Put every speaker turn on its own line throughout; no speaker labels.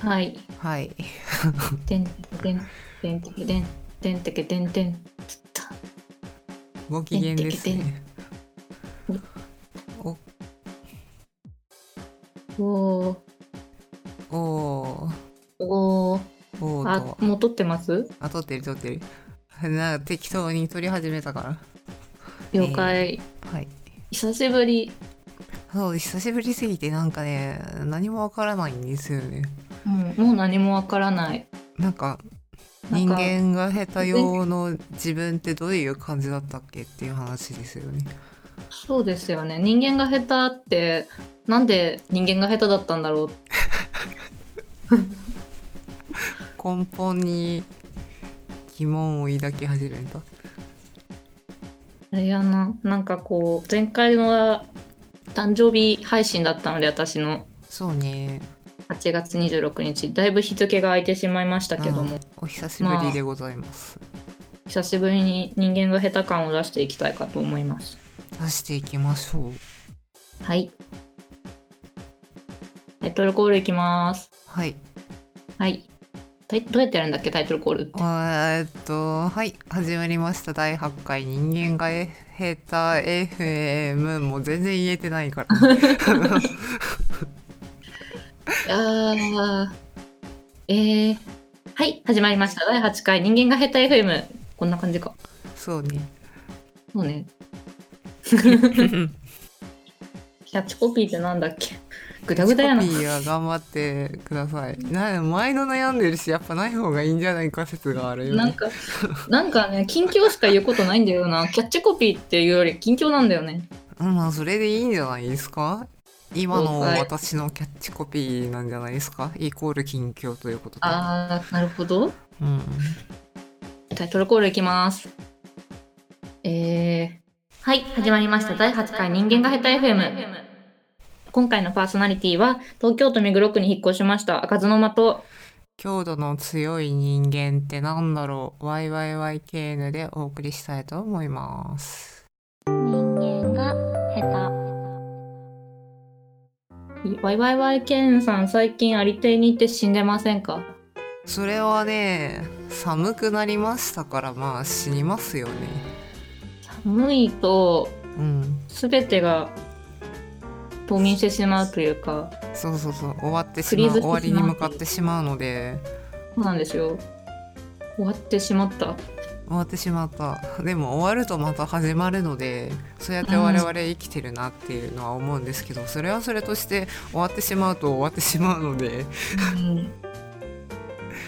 はい。
はい。
てんてんてんてけてんてんてけてんてん。つった
ご機嫌ですね。 お
おー
お
おー
ーおー
あ
と。
もう撮ってます
あ撮ってる撮ってる。なんか適当に撮り始めたか
了解、
ら。はい。
久しぶり
そう久しぶりすぎてなんかね何もわからないんですよね。
うんもう何もわからない
なんか
なん
人
か
間が下手用の自分ってどういう感じだったっけっていう話ですよね。
そうですよね人間が下手ってなんで人間が下手だったんだろう
根本に疑問を抱き始めた。
あれやななんかこう前回は誕生日配信だったので私の
そうね。
8月26日だいぶ日付が空いてしまいましたけども、
うんお久しぶりでございます。
久しぶりに人間が下手感を出していきたいかと思います
出していきましょう。
はいタイトルコールいきます
はい。
はいタイどうやってやるんだっけタイトルコー ルって
あーえっと、はい。始まりました。第8回人間が下手 FM もう全然言えてないから。
あーえー、はい始まりました第8回人間が下手 FM こんな感じか
そうね。
そう ねキャッチコピーってなんだっけグダグダやな
コピーは頑張ってください。な前の悩んでるし、やっぱない方がいいんじゃないか説があるよ、ね。
なんか、なんかね、近況しか言うことないんだよな。キャッチコピーっていうより近況なんだよね。
うんまあそれでいいんじゃないですか今
了
の
解
私のキャッチコピーなんじゃないですかイコール近況ということで。
あー、なるほど。
うん、
タイトルコールいきます。えー、はい、始まりました。第8回人間が下手 FM。今回のパーソナリティは、東京都目黒区に引っ越しました。赤津の間と、
強度の強い人間ってなんだろう ?YYYKN でお送りしたいと思います。
人間が下手。ワイワイワイケンさん、最近ありていに行って死んでませんか
それはね、寒くなりましたからまあ死にますよね。
寒いと、
うん。
全てが冬眠してしまうというか
そうそうそう。終わってし
フリー
まう。
ズしてし
終
まう
わりに向かってしまうので、
そうなんですよ終わってしまった
終わってしまった。でも終わるとまた始まるので、そうやって我々生きてるなっていうのは思うんですけど、それはそれとして終わってしまうと終わってしまうので、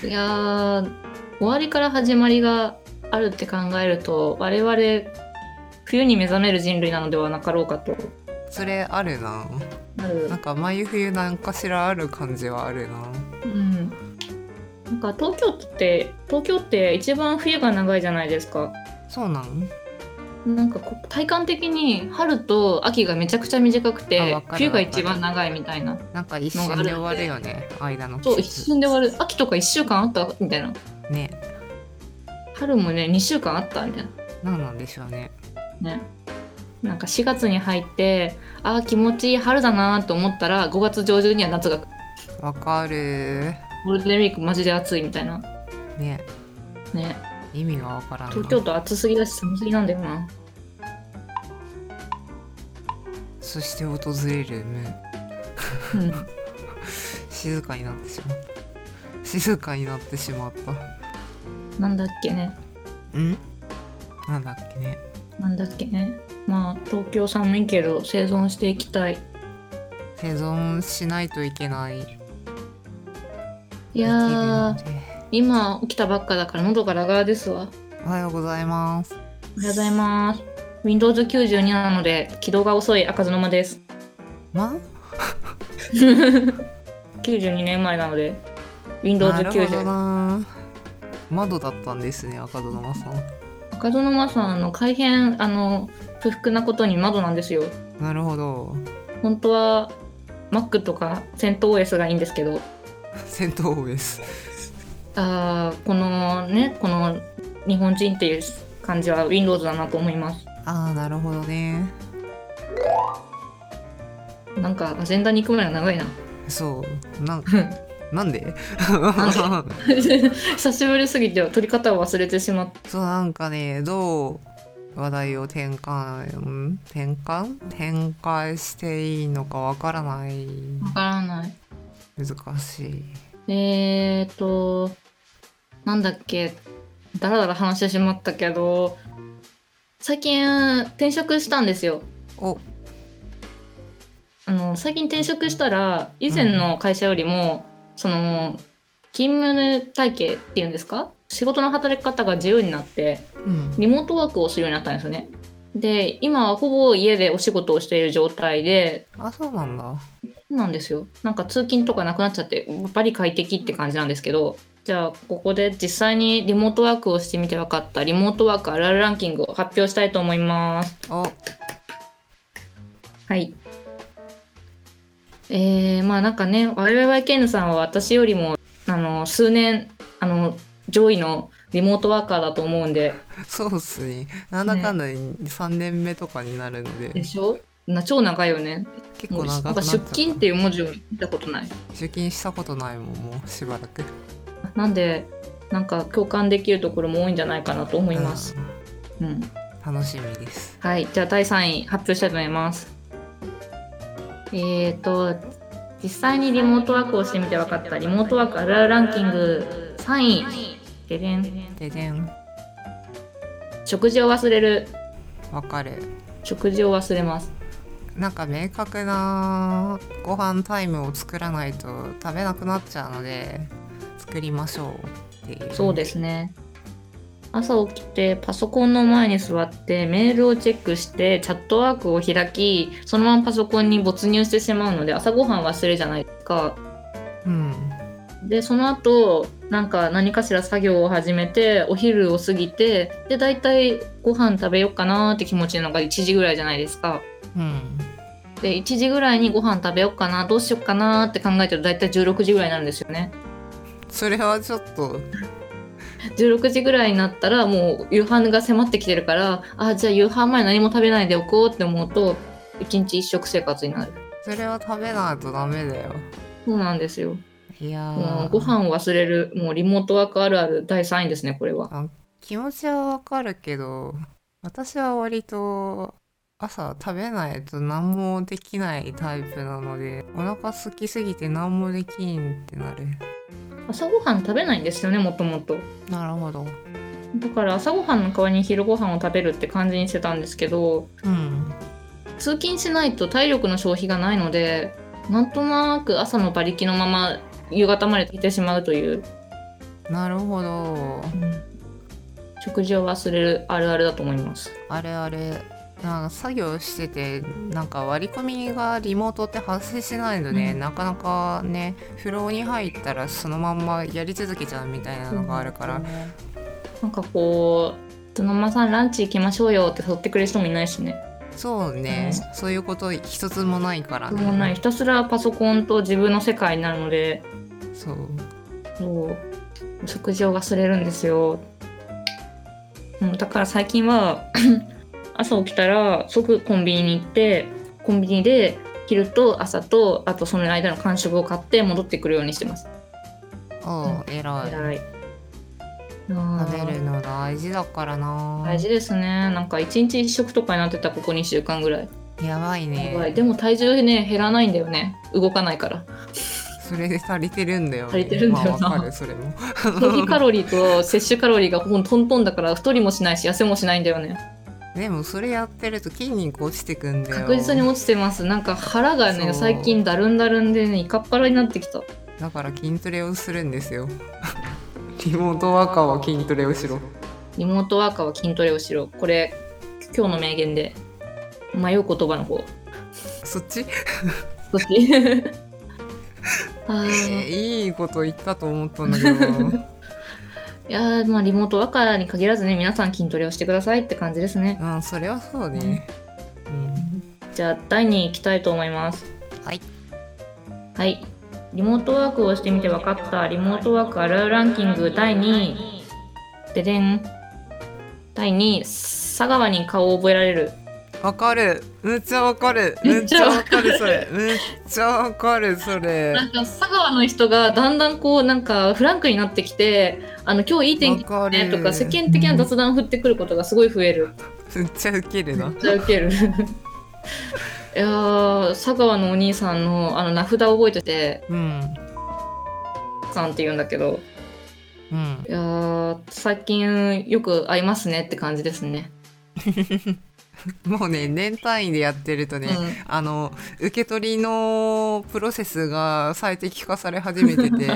いやー終わりから始まりがあるって考えると我々冬に目覚める人類なのではなかろうかと
それあるな。
なる
なん、か毎冬なんかしらある感じはあるな。
うん、なんか東京都って東京って一番冬が長いじゃないですか
そうなん？
なんかこう体感的に春と秋がめちゃくちゃ短く
あわ
て
かる
冬が
わかる
一番長いみたいな
なんか一瞬で終わるよね。間の
そう
季
一
節。
瞬で終わる秋とか1週間あったみたいな
ね、
春もね2週間あったみたい
なんなんでしょうね。
なねなんか4月に入ってあー気持ちいい春だなと思ったら5月上旬には夏が来る
わかる。
ゴールデンウィークマジで暑いみたいな
ね、
ね
意味がわからんな。
東京都暑すぎだし寒すぎなんだよな
そして訪れるムーン。
うん
静かになってしまった。静かになってしまった。
なんだっけね
んなんだっけね
なんだっけねまあ東京寒いけど生存していきたい
生存しないといけない
いや
生
ー
きるので
今起きたばっかだから喉がラガラですわ
おはようございます
おはようございます Windows92 なので起動が遅い赤ずの間です
ま
92年前なので
なるほど
Windows90
な窓だったんですね赤戸沼さん
赤園真さんの改変あの不服なことに窓なんですよ
なるほど
本当は Mac とか CentOS がいいんですけど
戦闘王です
あーこのねこの日本人っていう感じは Windows だなと思います
ああなるほどね
なんかアジェンダに行くまでが長いな
そうなん
うん
なんで
久しぶりすぎて取り方を忘れてしまっ
そうなんかねどう話題を転換ん転換転換していいのかわからない
たわからない
難しい
えーとなんだっけだらだら話してしまったけど最近転職したんですよ
お
あの最近転職したら以前の会社よりも、その勤務体系っていうんですか仕事の働き方が自由になって
うん
リモートワークをするようになったんですよね。で今はほぼ家でお仕事をしている状態で
あそうなんだ
そうなんですよなんか通勤とかなくなっちゃってやっぱり快適って感じなんですけどじゃあここで実際にリモートワークをしてみて分かったリモートワークあるあるランキングを発表したいと思います。
お
はい。えー、まあなんかね、YYYKN さんは私よりも、あの、数年、あの、上位のリモートワーカーだと思うんで、
そうっすねなんだかんだ3年目とかになるので、
でしょな超長いよね。
結
も
構
う
長
なん
くなっ
か
ちゃ
出
った
勤っていう文字を見たことない。
出勤したことないもんもうしばらく
なんで、なんか共感できるところも多いんじゃないかなと思います。
うん
うん。
楽しみです
はい、じゃあ第3位発表したいと思います。えーと、実際にリモートワークをしてみて分かったリモートワークあるあるランキング3位。ででん
ででん
食事を忘れる
わかる
食事を忘れます
なんか明確なご飯タイムを作らないと食べなくなっちゃうので作りましょうっていう
そうですね朝起きてパソコンの前に座ってメールをチェックしてチャットワークを開きそのままパソコンに没入してしまうので朝ごはん忘れじゃないですか
うん
でその後なんか何かしら作業を始めてお昼を過ぎてで大体ご飯食べようかなーって気持ちなのが1時ぐらいじゃないですか
うん
で1時ぐらいにご飯食べようかなどうしようかなーって考えてると大体16時ぐらいになるんですよね
それはちょっと
16時ぐらいになったらもう夕飯が迫ってきてるからあじゃあ夕飯前何も食べないでおこうって思うと1日1食生活になる
それは食べないとダメだよ
そうなんですよ
いや
もう
ー
ご飯を忘れるもうリモートワークあるある第3位ですねこれは
気持ちはわかるけど私は割と朝食べないと何もできないタイプなのでお腹空きすぎて何もできんってなる
朝ごはん食べないんですよねもともと
なるほど
だから朝ごはんの代わりに昼ごはんを食べるって感じにしてたんですけど
うん
通勤しないと体力の消費がないのでなんとなく朝の馬力のまま夕方まで来てしまうという、
なるほど
食事を忘れるあるあるだと思います
あれあれなんか作業しててなんか割り込みがリモートって発生しないので、
うん
なかなかねフローに入ったらそのまんまやり続けちゃうみたいなのがあるから、
なんかこう「津まさんランチ行きましょうよ」って誘ってくれる人もいないしね
そうね、そういうこと一つもないからね
もうないひたすらパソコンと自分の世界になるので
そう
そう食事を忘れるんですよ、うん、だから最近は 朝起きたら即コンビニに行ってコンビニで昼と朝とあとその間の間食を買って戻ってくるようにしてます
ああ偉い
いあー
食べるの大事だからな
大事ですねなんか1日1食とかになってたここ2週間ぐらい、
やばいね
やばいでも体重ね減らないんだよね動かないから
それで足りてるんだよね、
足りてるんだよな
まあわかるそれも
消費カロリーと摂取カロリーがほんとんとんだから太りもしないし痩せもしないんだよね
でもそれやってると筋肉落ちてくんだよ
確実に落ちてますなんか腹が
そう
ね最近だるんだるんでねイカっ腹になってきた
だから筋トレをするんですよ リモートワーカーは筋トレをしろ
リモートワーカーは筋トレをしろこれ今日の名言で迷う言葉の方
そっち、
少 しあ
えー
ー
いいこと言ったと思ったんだけど
いやーまあリモートワーカーに限らずね皆さん筋トレをしてくださいって感じですね
うんそれはそうね、うん、
じゃあ第2位いきたいと思います
はい
はいリモートワークをしてみて分かったリモートワークあるあるランキング第2位ででん第2位佐川に顔を覚えられる
わかるめっちゃわかるめ
め
っ
っ
ち
ち
ゃ
ゃ
わ
わ
か
か
る
る
それめっちゃわかるそれ
なんか佐川の人がだんだんこうなんかフランクになってきてあの今日いい天気
わか
だね
る
とか世間的な雑談振ってくることがすごい増える
めっちゃウケる
め
な
っちゃウケる いやー佐川のお兄さんのあの名札を覚えてて
うん
さんって言うんだけど
うん
いやー最近よく会いますねって感じですね
もうね年単位でやってるとね、
う
あの受け取りのプロセスが最適化され始めて て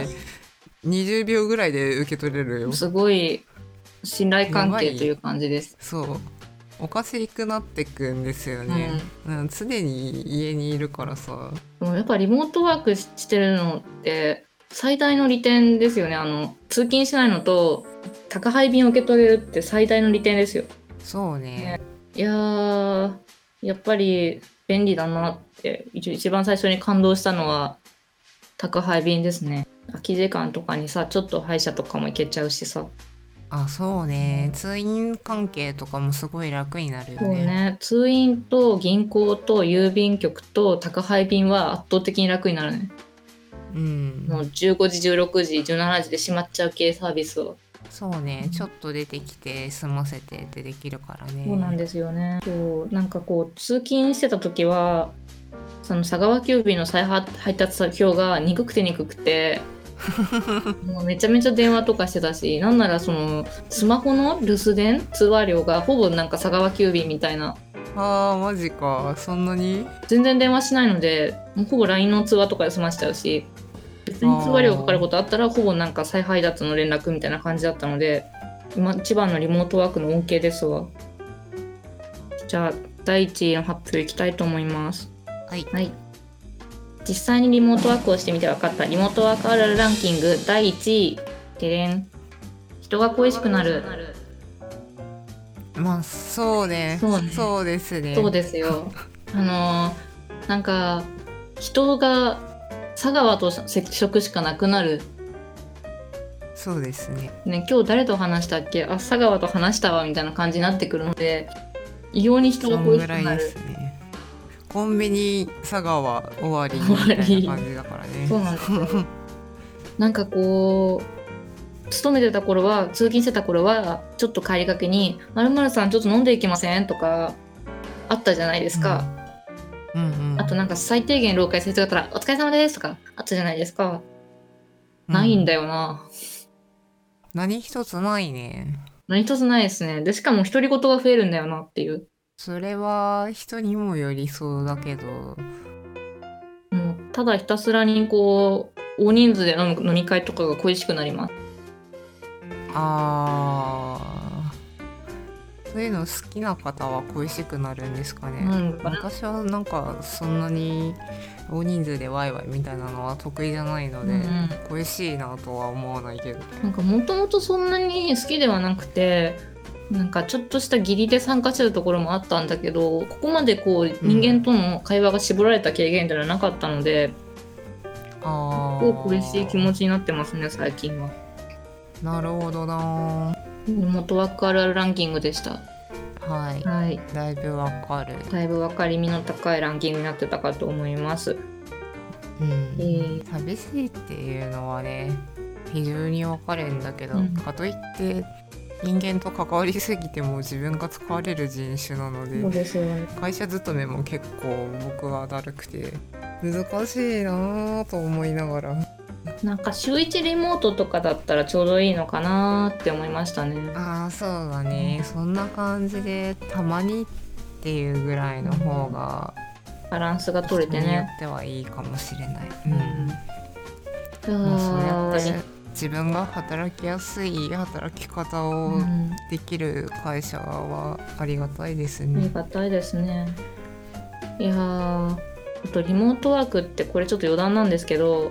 20秒ぐらいで受け取れるよ
んすごい信頼関係という感じです、
そうおかしくなってくんですよ
うん、
ね、
で
うん、常に家にいるからさ
もやっぱリモートワークしてるのって最大の利点ですよねあの通勤しないのと宅配便を受け取れるって最大の利点ですよ
そうね
いやーやっぱり便利だなって一一番最初に感動したのは宅配便ですね空き時間とかにさちょっと歯医者とかも行けちゃうしさ
あそうね通院関係とかもすごい楽になるよ
そう
ね
ね通院と銀行と郵便局と宅配便は圧倒的に楽になるね
うん
もう15時16時17時で閉まっちゃう系サービスを
そうねちょっと出てきて済ませてってできるからね
そうなん
す
ですよね。そうなんかこう通勤してた時はその佐川急便の再発配達先表が憎くて憎く てもうめちゃめちゃ電話とかしてたしなんならそのスマホの留守電通話料がほぼなんか佐川急便みたいな
あーマジかそんなに
全然電話しないのでもうほぼ LINE の通話とかで済ましちゃうし別に通話料かかることあったらほぼなんか再配達の連絡みたいな感じだったので今一番のリモートワークの恩恵ですわじゃあ第1位の発表いきたいと思います
はい
はい実際にリモートワークをしてみて分かったリモートワークあるあるランキング第1位でれん人が恋しくなる
まあそうね
そうね
そうですね
そうです よ。あのーなんか人が佐川と接触しかなくなる。
そうですね
ね今日誰と話したっけ？あ佐川と話したわみたいな感じになってくるので、異様に人
そ
が
ん
恋
ぐ
しく
らい
な
で
る
す。ねコンビニ佐川終わりみたいな感じだからね
そうなんですよ。なんかこう勤めてた頃は通勤してた頃はちょっと帰りがけに「まるまるさんちょっと飲んでいきません?」とかあったじゃないですか。
うんうんうん
あとなんか最低限老化する人だったら「お疲れ様です」とかあったじゃないですか。ないん
だ
だよな。
何一つないね
何一つないですね。で、しかも独り言が増えるんだよなっていう。
それは人にもよりそうだけど
もうただひたすらにこう、大人数で飲む飲み会とかが恋しくなります。
あーそういうの好きな方は恋しくなるんですか
う
ね、
ん。
昔はなんかそんなに大人数でワイワイみたいなのは得意じゃないので、
うんうん
恋しいなとは思わないけど
なんかもともとそんなに好きではなくて、なんかちょっとした義理で参加してるところもあったんだけど、ここまでこう、人間との会話が絞られた経験ではなかったので、
あ
す
ー
ごく嬉しい気持ちになってますね、最近は。
なるほどな
元ワークあるあるランキングでした。
はい
はい。
だいぶわかる、
だいぶ分かりみの高いランキングになってたかと思います。
うん
えー
寂しいっていうのはね非常にわかるんだけど、
うん
かといって人間と関わりすぎても自分が使われる人種なので
そうですよね。
会社勤めも結構僕はだるくて難しいなぁと思いながら
なんか週一リモートとかだったらちょうどいいのかなって思いましたね。
ああそうだねそんな感じでたまにっていうぐらいの方が
バランスが取れて
人によ
ね。
ってはいいかもしれない、
う
うんまあそうや
ん
って自分が働きやすい働き方を
うん
できる会社はありがたいです
あり
ね、
がたいですね。いやーあとリモートワークってこれちょっと余談なんですけど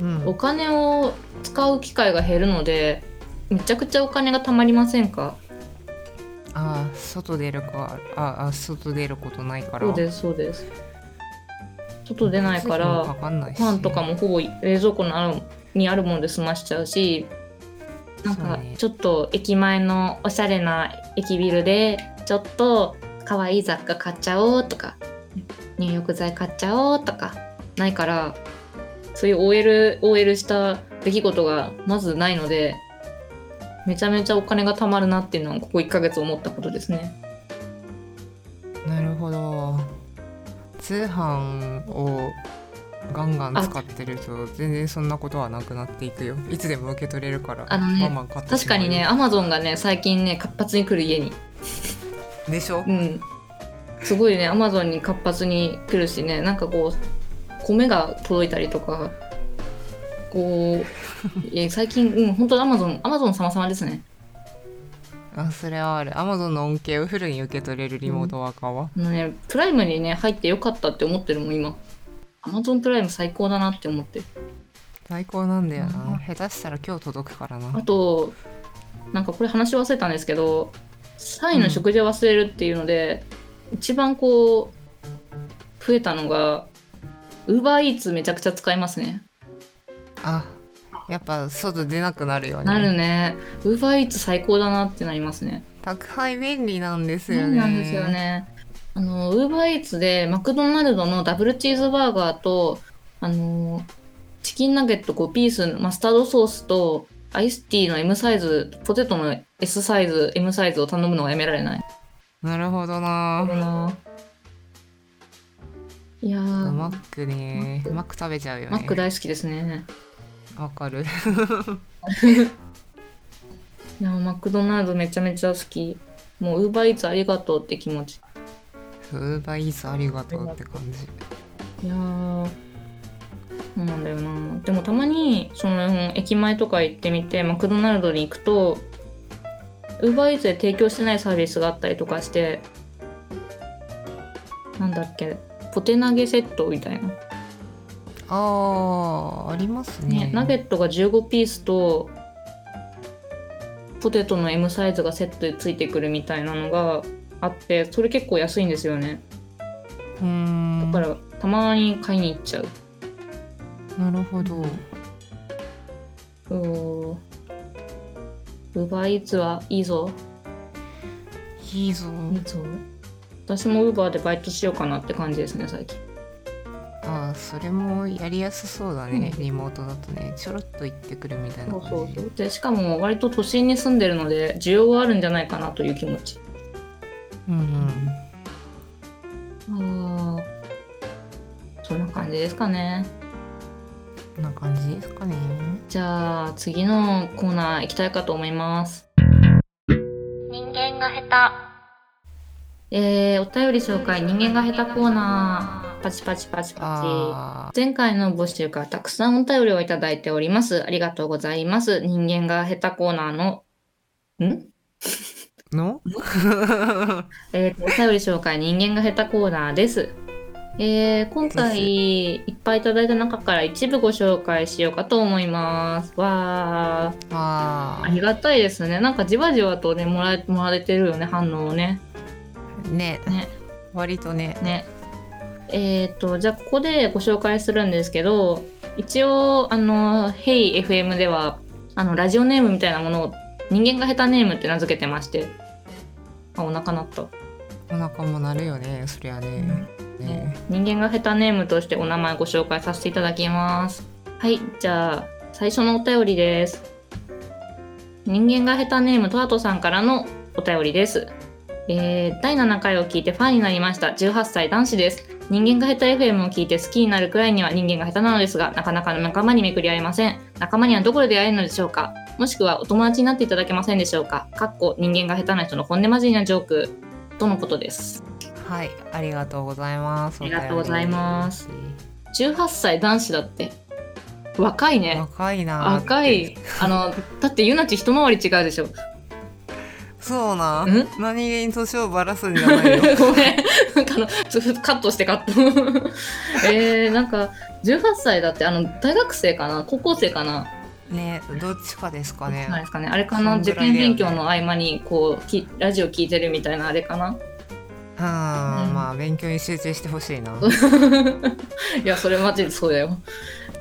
うん
お金を使う機会が減るのでめちゃくちゃお金が貯まりませんか
ああ外出るかああ外出ることないから
そうですそうです。外出ないか
水
ら
分かんないし
ご飯とかもほぼ冷蔵庫のあるにあるもので済ましちゃうしなん
そう
か
ね
ちょっと駅前のおしゃれな駅ビルでちょっと可愛い雑貨買っちゃおうとか入浴剤買っちゃおうとかないからそういう OL, OL した出来事がまずないのでめちゃめちゃお金が貯まるなっていうのはここ1ヶ月思ったことですね。
なるほど通販をガンガン使ってると全然そんなことはなくなっていくよいつでも受け取れるから
あのね
バンバン買って
確
しま
か
うよ
にねアマゾンがね最近ね活発に来る家に。
でしょ
うん、すごいねアマゾンに活発に来るしねなんかこう米が届いたりとかこういや最近うん本当アマゾンアマゾン様様ですね
あそれはあるアマゾンの恩恵をフルに受け取れるリモートワーカーは、
あのねプライムにね入ってよかったって思ってるもん今アマゾンプライム最高だなって思ってる
最高なんだ
う
よなん下手したら今日届くから
あ
な
となんかこれ話忘れたんですけど3位の食事を忘れるっていうので、一番こう増えたのがウーバーイーツめちゃくちゃ使いますね
あやっぱ外出なくなるよね
なるね。ウーバーイーツ最高だなってなりますね。
宅配便利なんですよ
そう
ね
なんですよね。あのウーバーイーツでマクドナルドのダブルチーズバーガーとあのチキンナゲット5ピースマスタードソースとアイスティーの M サイズポテトの S サイズ M サイズを頼むのがやめられない。
なるほどな
ないやー
マ
マ
ックねマック食べちゃうよね
ック大好きですね。
わかる
いやマクドナルドめちゃめちゃ好き。もうウーバーイーツありがとうって気持ち。
ウーバーイーツありがとうって感じ
いやーそうなんだよなでもたまにその駅前とか行ってみてマクドナルドに行くとウーバーイーツで提供してないサービスがあったりとかしてなんだっけポテ投げセットみたいな、
あーありますね
ねナゲットが15ピースとポテトの M サイズがセットでついてくるみたいなのがあってそれ結構安いんですよね
うーん
だからたまに買いに行っちゃう
なるほど
ウーバーイーツはいいぞ、
いいぞ
いいぞ。私もウーバーでバイトしようかなって感じですね、最近。
あーそれもやりやすそうだね、
う
リモートだとねちょろっと行ってくるみたいな
そう
感じ
そうそう。で、しかも割と都心に住んでるので、需要はあるんじゃないかなという気持ち。
うんうん
ああ、そんな感じですかね。
こんな感じですかね
じゃあ、次のコーナー行きたいかと思います。人間が下手。えー、お便り紹介、人間が下手コーナー。パチパチパチパチ。
あ
前回の募集からたくさんお便りをいただいております。ありがとうございます。人間が下手コーナーの、ん
ー の
えーとお便り紹介人間が下手コーナーです。えー今回いっぱいいただいた中から一部ご紹介しようかと思います。わー、
あ
ありがたいですね。なんかじわじわとね、もらえ、もらえてるよね、反応をね。
ーね
ね
割とね
ね。えっ、と、じゃあここでご紹介するんですけど、一応、あの、HeyFM では、あの、ラジオネームみたいなものを、人間が下手ネームって名付けてまして、あ、お腹鳴った。
お腹もなるよねそりゃねね
人間が下手ネームとしてお名前ご紹介させていただきます。はい、じゃあ、最初のお便りです。人間が下手ネームトワトさんからのお便りです。えー第7回を聞いてファンになりました。18歳男子です。人間が下手 FM を聞いて好きになるくらいには人間が下手なのですが、なかなか仲間にめくり合えません。仲間にはどこで出会えるのでしょうかもしくはお友達になっていただけませんでしょうかかっこ人間が下手な人の本音交じりなジョークとのことです。
はいありがとうございます
ありがとうございます18歳男子だって若いね
若いなーって
若いあのだってゆなち一回り違うでしょ
そうなんん何気に年をばらすんじゃないよ
ごめんなんかあのちょっとカットしてカット えー、なんか18歳だってあの大学生かな高校生かな
ねどっちかですかね
なんですかねあれかな、
そんぐ
受
らいだよ
験勉
ね
強の合間にこうきラジオ聞いてるみたいなあれかな
うんまあ勉強に集中してほしいな
いやそれマジでそうだよ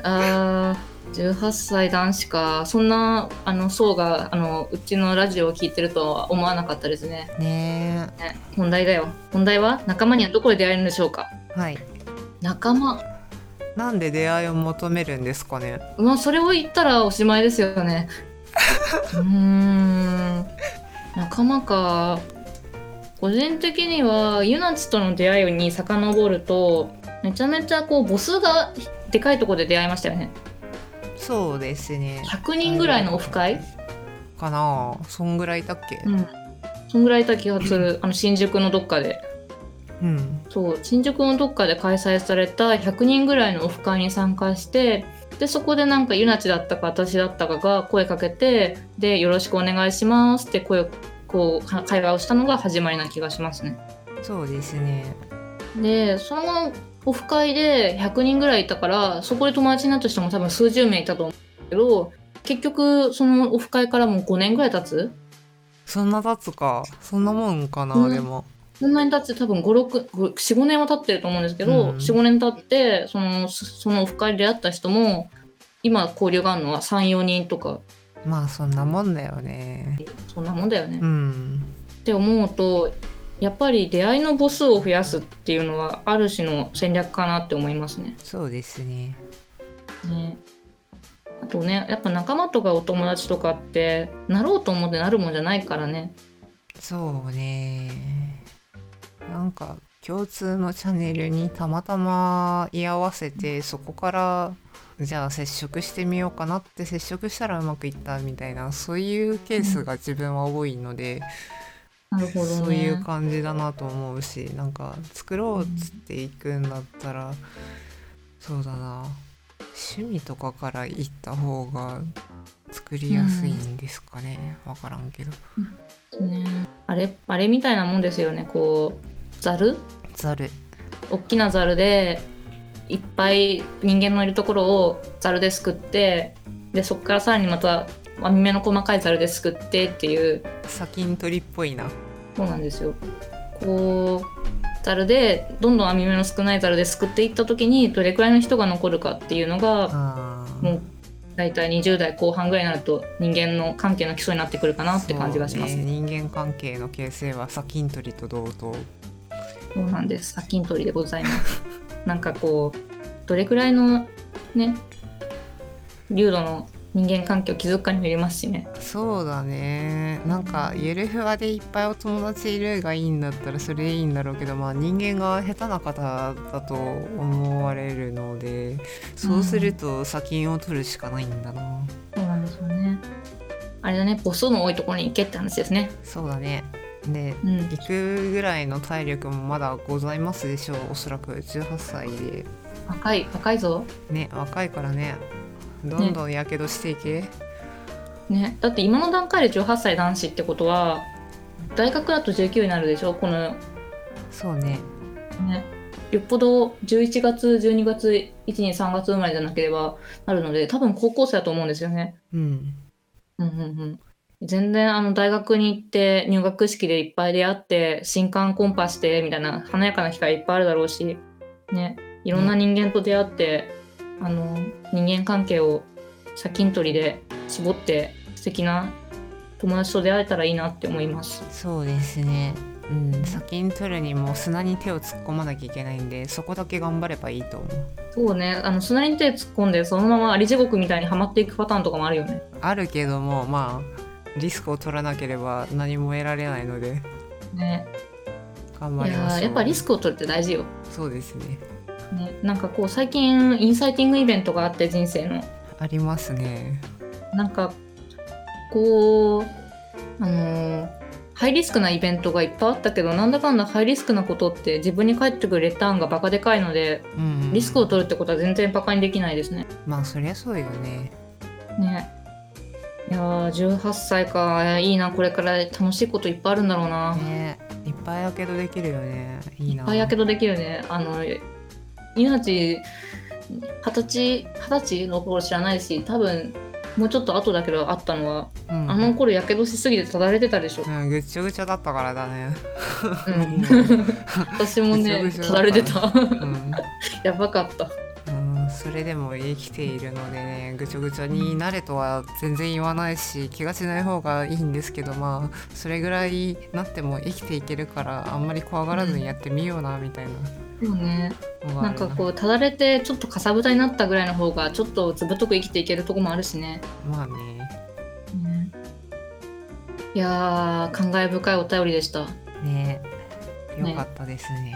あー18歳男子かそんなあの層があのうちのラジオを聞いてるとは思わなかったですね
ね
ね本題だよ本題は仲間にはどこで出会えるんでしょうか
えはい
仲間
なんで出会いを求めるんですかね
まあそれを言ったらおしまいですよ ねうーん仲間か個人的にはユナチとの出会いに遡るとめちゃめちゃこう母数がでかいところで出会いましたよね
そうですね
100人ぐらいのオフ会
かなあそんぐらいいたっけ
うんそんぐらいいた気がするあの新宿のどっかで
うん
そう新宿のどっかで開催された100人ぐらいのオフ会に参加してでそこでなんかユナチだったか私だったかが声かけてで「よろしくお願いします」って声をこうか会話をしたのが始まりな気がしますね。
そうですね
でそのオフ会で100人ぐらいいたからそこで友達になった人も多分数十名いたと思うけど結局そのオフ会からもう5年ぐらい経つ
そんな経つかそんなもんかな、
うん
でも
そんなに経って多分45年は経ってると思うんですけど、
うん
45年経ってそのそそのオフ会で出会った人も今交流があるのは34人とか
まあそんなもんだよね
そんなもんだよね。
う
っ
ん
て思うとやっぱり出会いの母数を増やすっていうのはある種の戦略かなって思いますね。
そうですね
ねあとねやっぱ仲間とかお友達とかってなろうと思ってなるもんじゃないからね。
そうねなんか共通のチャンネルにたまたま居合わせてそこからじゃあ接触してみようかなって接触したらうまくいったみたいなそういうケースが自分は多いので、
なるほどね。
そういう感じだなと思うしなんか作ろうっつっていくんだったら、そうだな趣味とかから行った方が作りやすいんですかね、わからんけど
ねあれあれみたいなもんですよねこうざる
ざる
大きなザルでいっぱい人間のいるところをザルですくってでそこからさらにまた網目の細かいザルですくってっていう
先ん取りっぽいな
そうなんですよこうザルでどんどん網目の少ないザルですくっていった時にどれくらいの人が残るかっていうのが
あー
もう大体20代後半ぐらいになると人間の関係の基礎になってくるかなって感じがします
そうね人間関係の形成は砂金取りと同等
そうなんです。砂金取りでございます。なんかこう、どれくらいのね、流度の人間関係を築くかにもよりますしね。
そうだねなんかゆるふわでいっぱいお友達いるがいいんだったらそれでいいんだろうけどまあ人間が下手な方だと思われるのでそうすると砂金を取るしかないんだな、
そうなんですよね。あれだね、母数の多いところに行けって話ですね。
そうだねで
うん。
行くぐらいの体力もまだございますでしょうおそらく18歳で
若い、若いぞ。
ね若いからねどんどんやけどしていけ、
ね。だって今の段階で18歳男子ってことは、大学だと19になるでしょこの、
そうね
ね。よっぽど11月、12月、1、2、3月生まれじゃなければなるので、多分高校生だと思うんですよね。
うん
うんうんうん全然あの大学に行って入学式でいっぱい出会って新刊コンパしてみたいな華やかな機会いっぱいあるだろうしねいろんな人間と出会って、あの人間関係を砂金取りで絞って素敵な友達と出会えたらいいなって思います。
そうですね。うん、先に取るにも砂に手を突っ込まなきゃいけないんでそこだけ頑張ればいいと思う
そうねあの砂に手突っ込んでそのままあり地獄みたいにはまっていくパターンとかもあるよね。
あるけどもまあリスクを取らなければ何も得られないので
ね
頑
い
張り
や
ましょ
ー
う
やっぱリスクを取るって大事よ。
そうですね
ね、なんかこう最近インサイティングイベントがあって人生の。
ありますね
なんかこうあのーハイリスクなイベントがいっぱいあったけどなんだかんだハイリスクなことって自分に返ってくるレターンがバカでかいので
うん
リスクを取るってことは全然バカにできないですね。
まあそりゃそうよね
ねいやー18歳かいいなこれから楽しいこといっぱいあるんだろうな。
ねいっぱいやけどできるよねいい
い
な
っぱいやけどできるね。あの命二十歳二十歳の頃知らないし多分もうちょっと後だけどあったのは
うん
あの頃やけどしすぎてただれてたでしょ。
うん、ぐっちょぐちょだったからだね、
うん、私もね
ぐちゃぐちゃ
ただれてた
うん
やばかった
うん、それでも生きているのでねぐちょぐちょになれとは全然言わないし気がしない方がいいんですけどまあそれぐらいなっても生きていけるからあんまり怖がらずにやってみようなみたい
そうね
なのが
な
あ
ん
る
かこうただれてちょっとかさぶたになったぐらいの方がちょっとずぶとく生きていけるとこもあるしね
まあね
いやー感慨深いお便りでした
ね
ね
よかったですね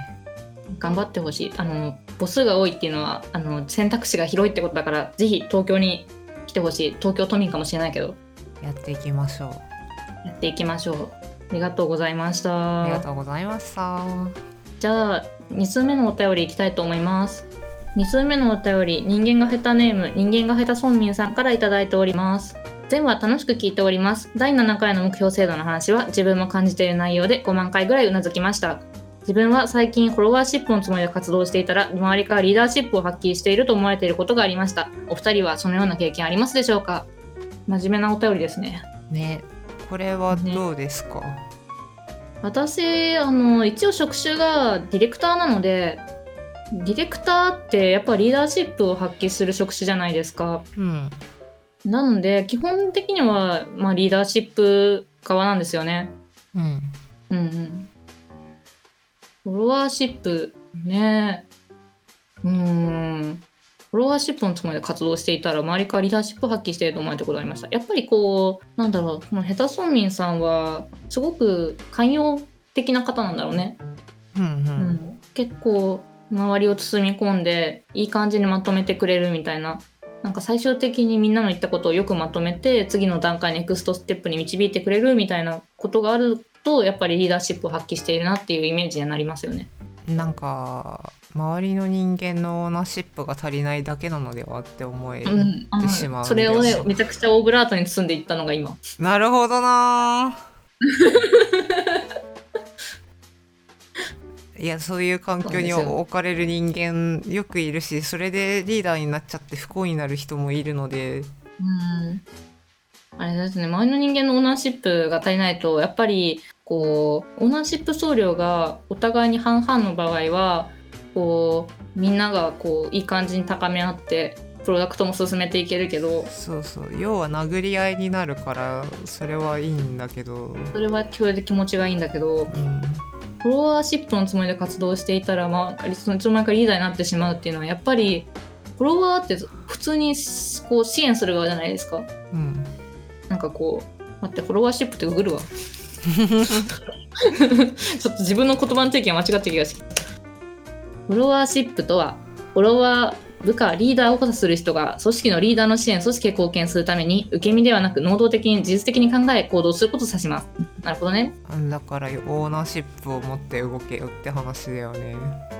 頑張ってほしいあの母数が多いっていうのはあの選択肢が広いってことだからぜひ東京に来てほしい東京都民かもしれないけど
やっていきましょう
やっていきましょうありがとうございまし
ありが
た
とうございました
じゃあ2通目のお便りいきたいと思います2通目のお便り人間が下手ネーム人間が下手村民さんからいただいております前話楽しく聞いております第7回の目標制度の話は自分も感じている内容で5万回ぐらいうなずきました自分は最近フォロワーシップのつもりで活動していたら周りからリーダーシップを発揮していると思われていることがありましたお二人はそのような経験ありますでしょうか真面目なお便りですね
ねこれはどうですか、
私あの一応職種がディレクターなのでディレクターってやっぱリーダーシップを発揮する職種じゃないですか
うん
なので基本的には、まあ、リーダーシップ側なんですよね
うん
うんうんフォロワーシップねうーんフォロワーシップのつもりで活動していたら周りからリーダーシップを発揮していると思われたことがありましたやっぱりこうなんだろうこの下手村民さんはすごく寛容的な方なんだろうね
うん
う
うん
ん、結構周りを包み込んでいい感じにまとめてくれるみたいななんか最終的にみんなの言ったことをよくまとめて次の段階ネクストステップに導いてくれるみたいなことがあるとやっぱりリーダーシップを発揮しているなっていうイメージになりますよね。
なんか周りの人間のオーナーシップが足りないだけなのではって思え、
うんあ
てしまうん
それをね
です
めちゃくちゃオブラートに包んでいったのが今。
なるほ どなーいやそういう環境に
そうですよ
置かれる人間よくいるしそれでリーダーになっちゃって不幸になる人もいるので
うんあれですね周りの人間のオーナーシップが足りないとやっぱりこうオーナーシップ総量がお互いに半々の場合はこうみんながこういい感じに高め合ってプロダクトも進めていけるけど
そうそう要は殴り合いになるからそれはいいんだけど、
それはそれで気持ちがいいんだけど
うん、
フォロワーシップのつもりで活動していたら、まあ、いつの間にかリーダーになってしまうっていうのはやっぱりフォロワーって普通にこう支援する側じゃないですか。
うん、
なんかこう待ってフォロワーシップってググるわちょっと自分の言葉の定義が間違った気がしてフォロワーシップとはフォロワー部下リーダーを補佐する人が組織のリーダーの支援組織へ貢献するために受け身ではなく能動的に自律的に考え行動することを指しますなるほどね
だからオーナーシップを持って動けよって話だよね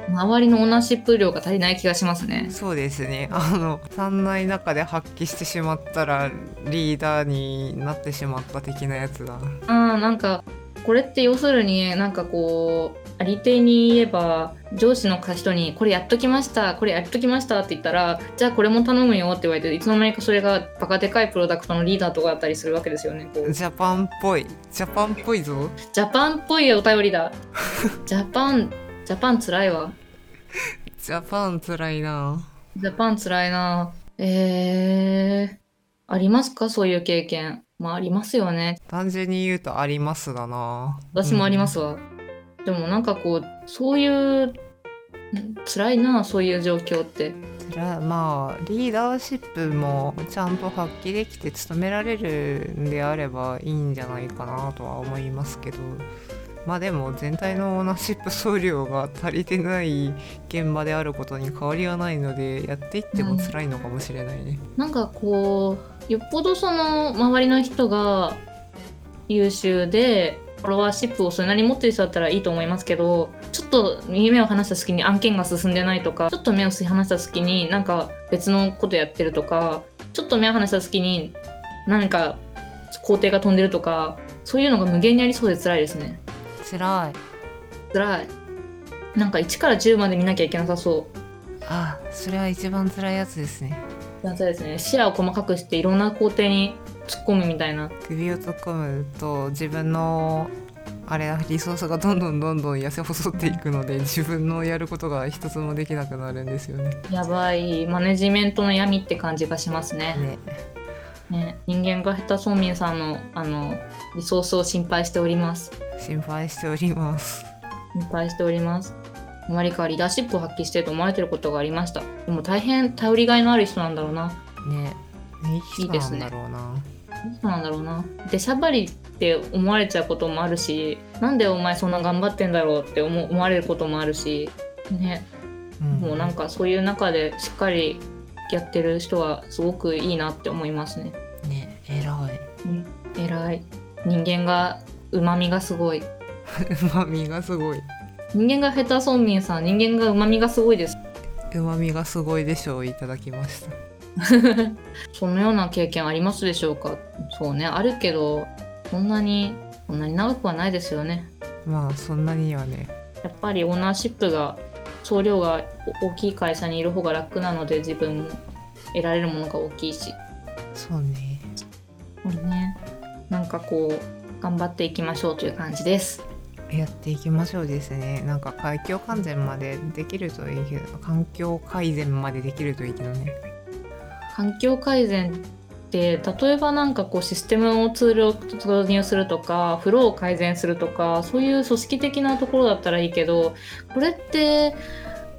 周りのオーナーシップ量が足りない気がしますね
そうですね あの三内中で発揮してしまったらリーダーになってしまった的なやつだ
うんなんかこれって要するになんかこうありていに言えば上司の人に「これやっときましたこれやっときました」って言ったら「じゃあこれも頼むよ」って言われていつの間にかそれがバカでかいプロダクトのリーダーとかだったりするわけですよね。こう
ジャパンっぽいジャパンっぽいぞ
ジャパンっぽいお便りだ。ジャパンジャパンつらいわ。
ジャパン辛いな
ジャパンつらいな。えー、ありますかそういう経験。まあありますよね。
単純に言うとありますだな
私もありま、すわ、でもなんかこうそういううん辛いなそういう状況って
うん辛いまあリーダーシップもちゃんと発揮できて務められるんであればいいんじゃないかなとは思いますけどまあでも全体のオーナーシップ総量が足りてない現場であることに変わりはないのでやっていっても辛いのかもしれないね。
なんかこうよっぽどその周りの人が優秀でフォロワーシップをそれなりに持ってる人だったらいいと思いますけどちょっと夢を離した隙に案件が進んでないとかちょっと目を離した隙になんか別のことやってるとかちょっと目を離した隙に何か工程が飛んでるとかそういうのが無限にありそうで辛いですね。
辛い
辛いなんか1から10まで見なきゃいけなさそう
あそれは一番辛いやつですね。
なんかですね視野を細かくしていろんな工程に突っ込むみたいな
首を突っ込むと自分のあれだリソースがどんどんどんどん痩せ細っていくので自分のやることが一つもできなくなるんですよね。
やばいマネジメントの闇って感じがしますね。
ね
ね人間が下手そうみんさんのあのリソースを心配しております。
心配しております。
心配しております。生まれ変わりダーシップを発揮してると思われてることがありました。でも大変頼りがいのある人なんだろうな。
ねいい人
いいで
な
すね
んだろうな。
そうなんだろうな。でしゃばりって思われちゃうこともあるし、なんでお前そんな頑張ってんだろうって思思われることもあるし、ね、
うん
もうなんかそういう中でしっかりやってる人はすごくいいなって思いますね。
ね偉い。
偉い。人間が旨味がすごい。
うまみがすごい。
人間が下手村民さん、人間が旨味がすごいです。
うまみがすごいでしょういただきました。
そのような経験ありますでしょうかそうね、あるけど、そんなに、そんなに長くはないですよね。
まあそんなにはね。
やっぱりオーナーシップが総量が大きい会社にいる方が楽なので自分も得られるものが大きいし
そうね。
これねなんかこう頑張っていきましょうという感じです
やっていきましょうですね。なんか環境完全までできるといいけど、環境改善までできるといいけどね。
環境改善って例えばなんかこうシステムをツールを導入するとかフローを改善するとかそういう組織的なところだったらいいけどこれって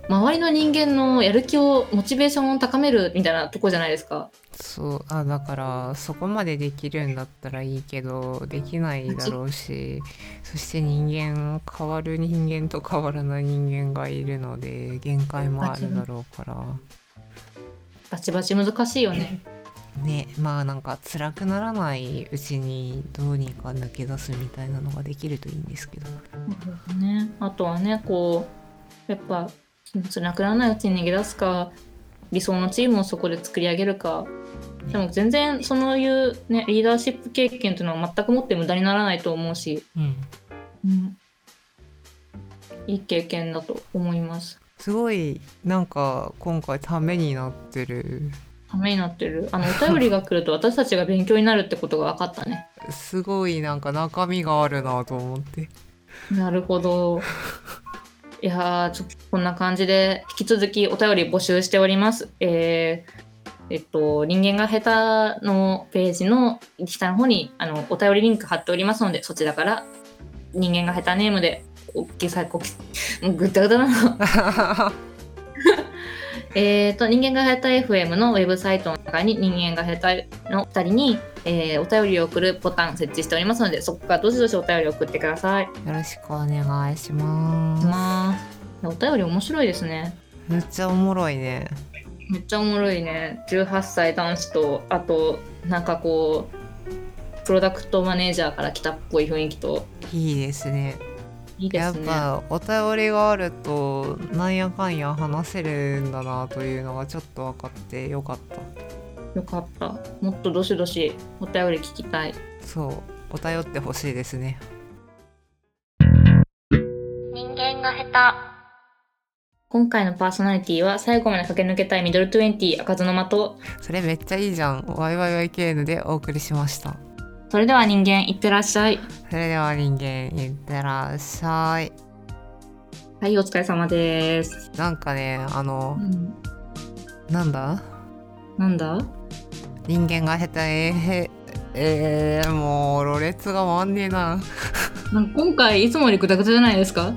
周りの人間のやる気をモチベーションを高めるみたいなとこじゃないですか
そうあだからそこまでできるんだったらいいけどできないだろう しそして人間変わる人間と変わらない人間がいるので限界もあるだろうから
バチバチ難しいよね
ねまあなんか辛くならないうちにどうにか抜け出すみたいなのができるといいんですけど
ね、あとはねこうやっぱ辛くならないうちに逃げ出すか理想のチームをそこで作り上げるかでも全然そのいう、ね、リーダーシップ経験というのは全くもって無駄にならないと思うし、
うん
いい経験だと思います
すごいなんか今回ためになってる
ためになってるあのお便りが来ると私たちが勉強になるってことが分かったね
すごいなんか中身があるなと思って
なるほど。いやーちょっとこんな感じで引き続きお便り募集しております。えーえっと、人間が下手のページの下の方にあのお便りリンク貼っておりますのでそちらから人間が下手ネームでおっきさこきもうぐったぐたなのえーと人間が下手 FM のウェブサイトの中に人間が下手の2人に、えーお便りを送るボタン設置しておりますのでそこからどしどしお便りを送ってください。
よろしくお願いしま
ます。お便り面白いですね。
す。めっちゃおもろいね。
めっちゃおもろいね。18歳男子と、あと、なんかこう、プロダクトマネージャーから来たっぽい雰囲気と、
いいですね。
いいで
やっ
すね。
ぱお便りがあるとなんやかんや話せるんだなというのがちょっと分かってよかった。
よかった。もっとどしどしお便り聞きたい。
そう、お便ってほしいですね。
人間が下手。今回のパーソナリティは最後まで駆け抜けたいミドルトゥエンティー赤ずの間と、
それめっちゃいいじゃん。YYYKN でお送りしました。
それでは人間いってらっしゃい。
それでは人間いってらっしゃい。
はい、お疲れ様です。
なんかね、あの
う、ん
なんだ
なんだ
人間が下手えーえー、もうろれつが回んねえな。
なんか今回いつもよりグダグダじゃないですか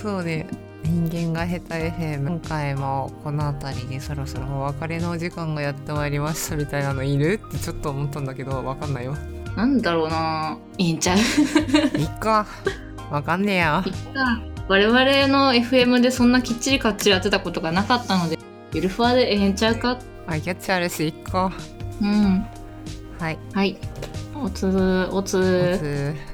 そうね人間が下手 FM 今回もこの辺りでそろそろお別れのお時間がやってまいりましたみたいなのいるってちょっと思ったんだけどわかんないよ
なんだろうないいんちゃう
いっかわかんねえや
我々の FM でそんなきっちりかっちりやってたことがなかったのでゆるふわでええんちゃうか
あキャッチあるしいっか
うん
はい
はいおつお
お
つ
つ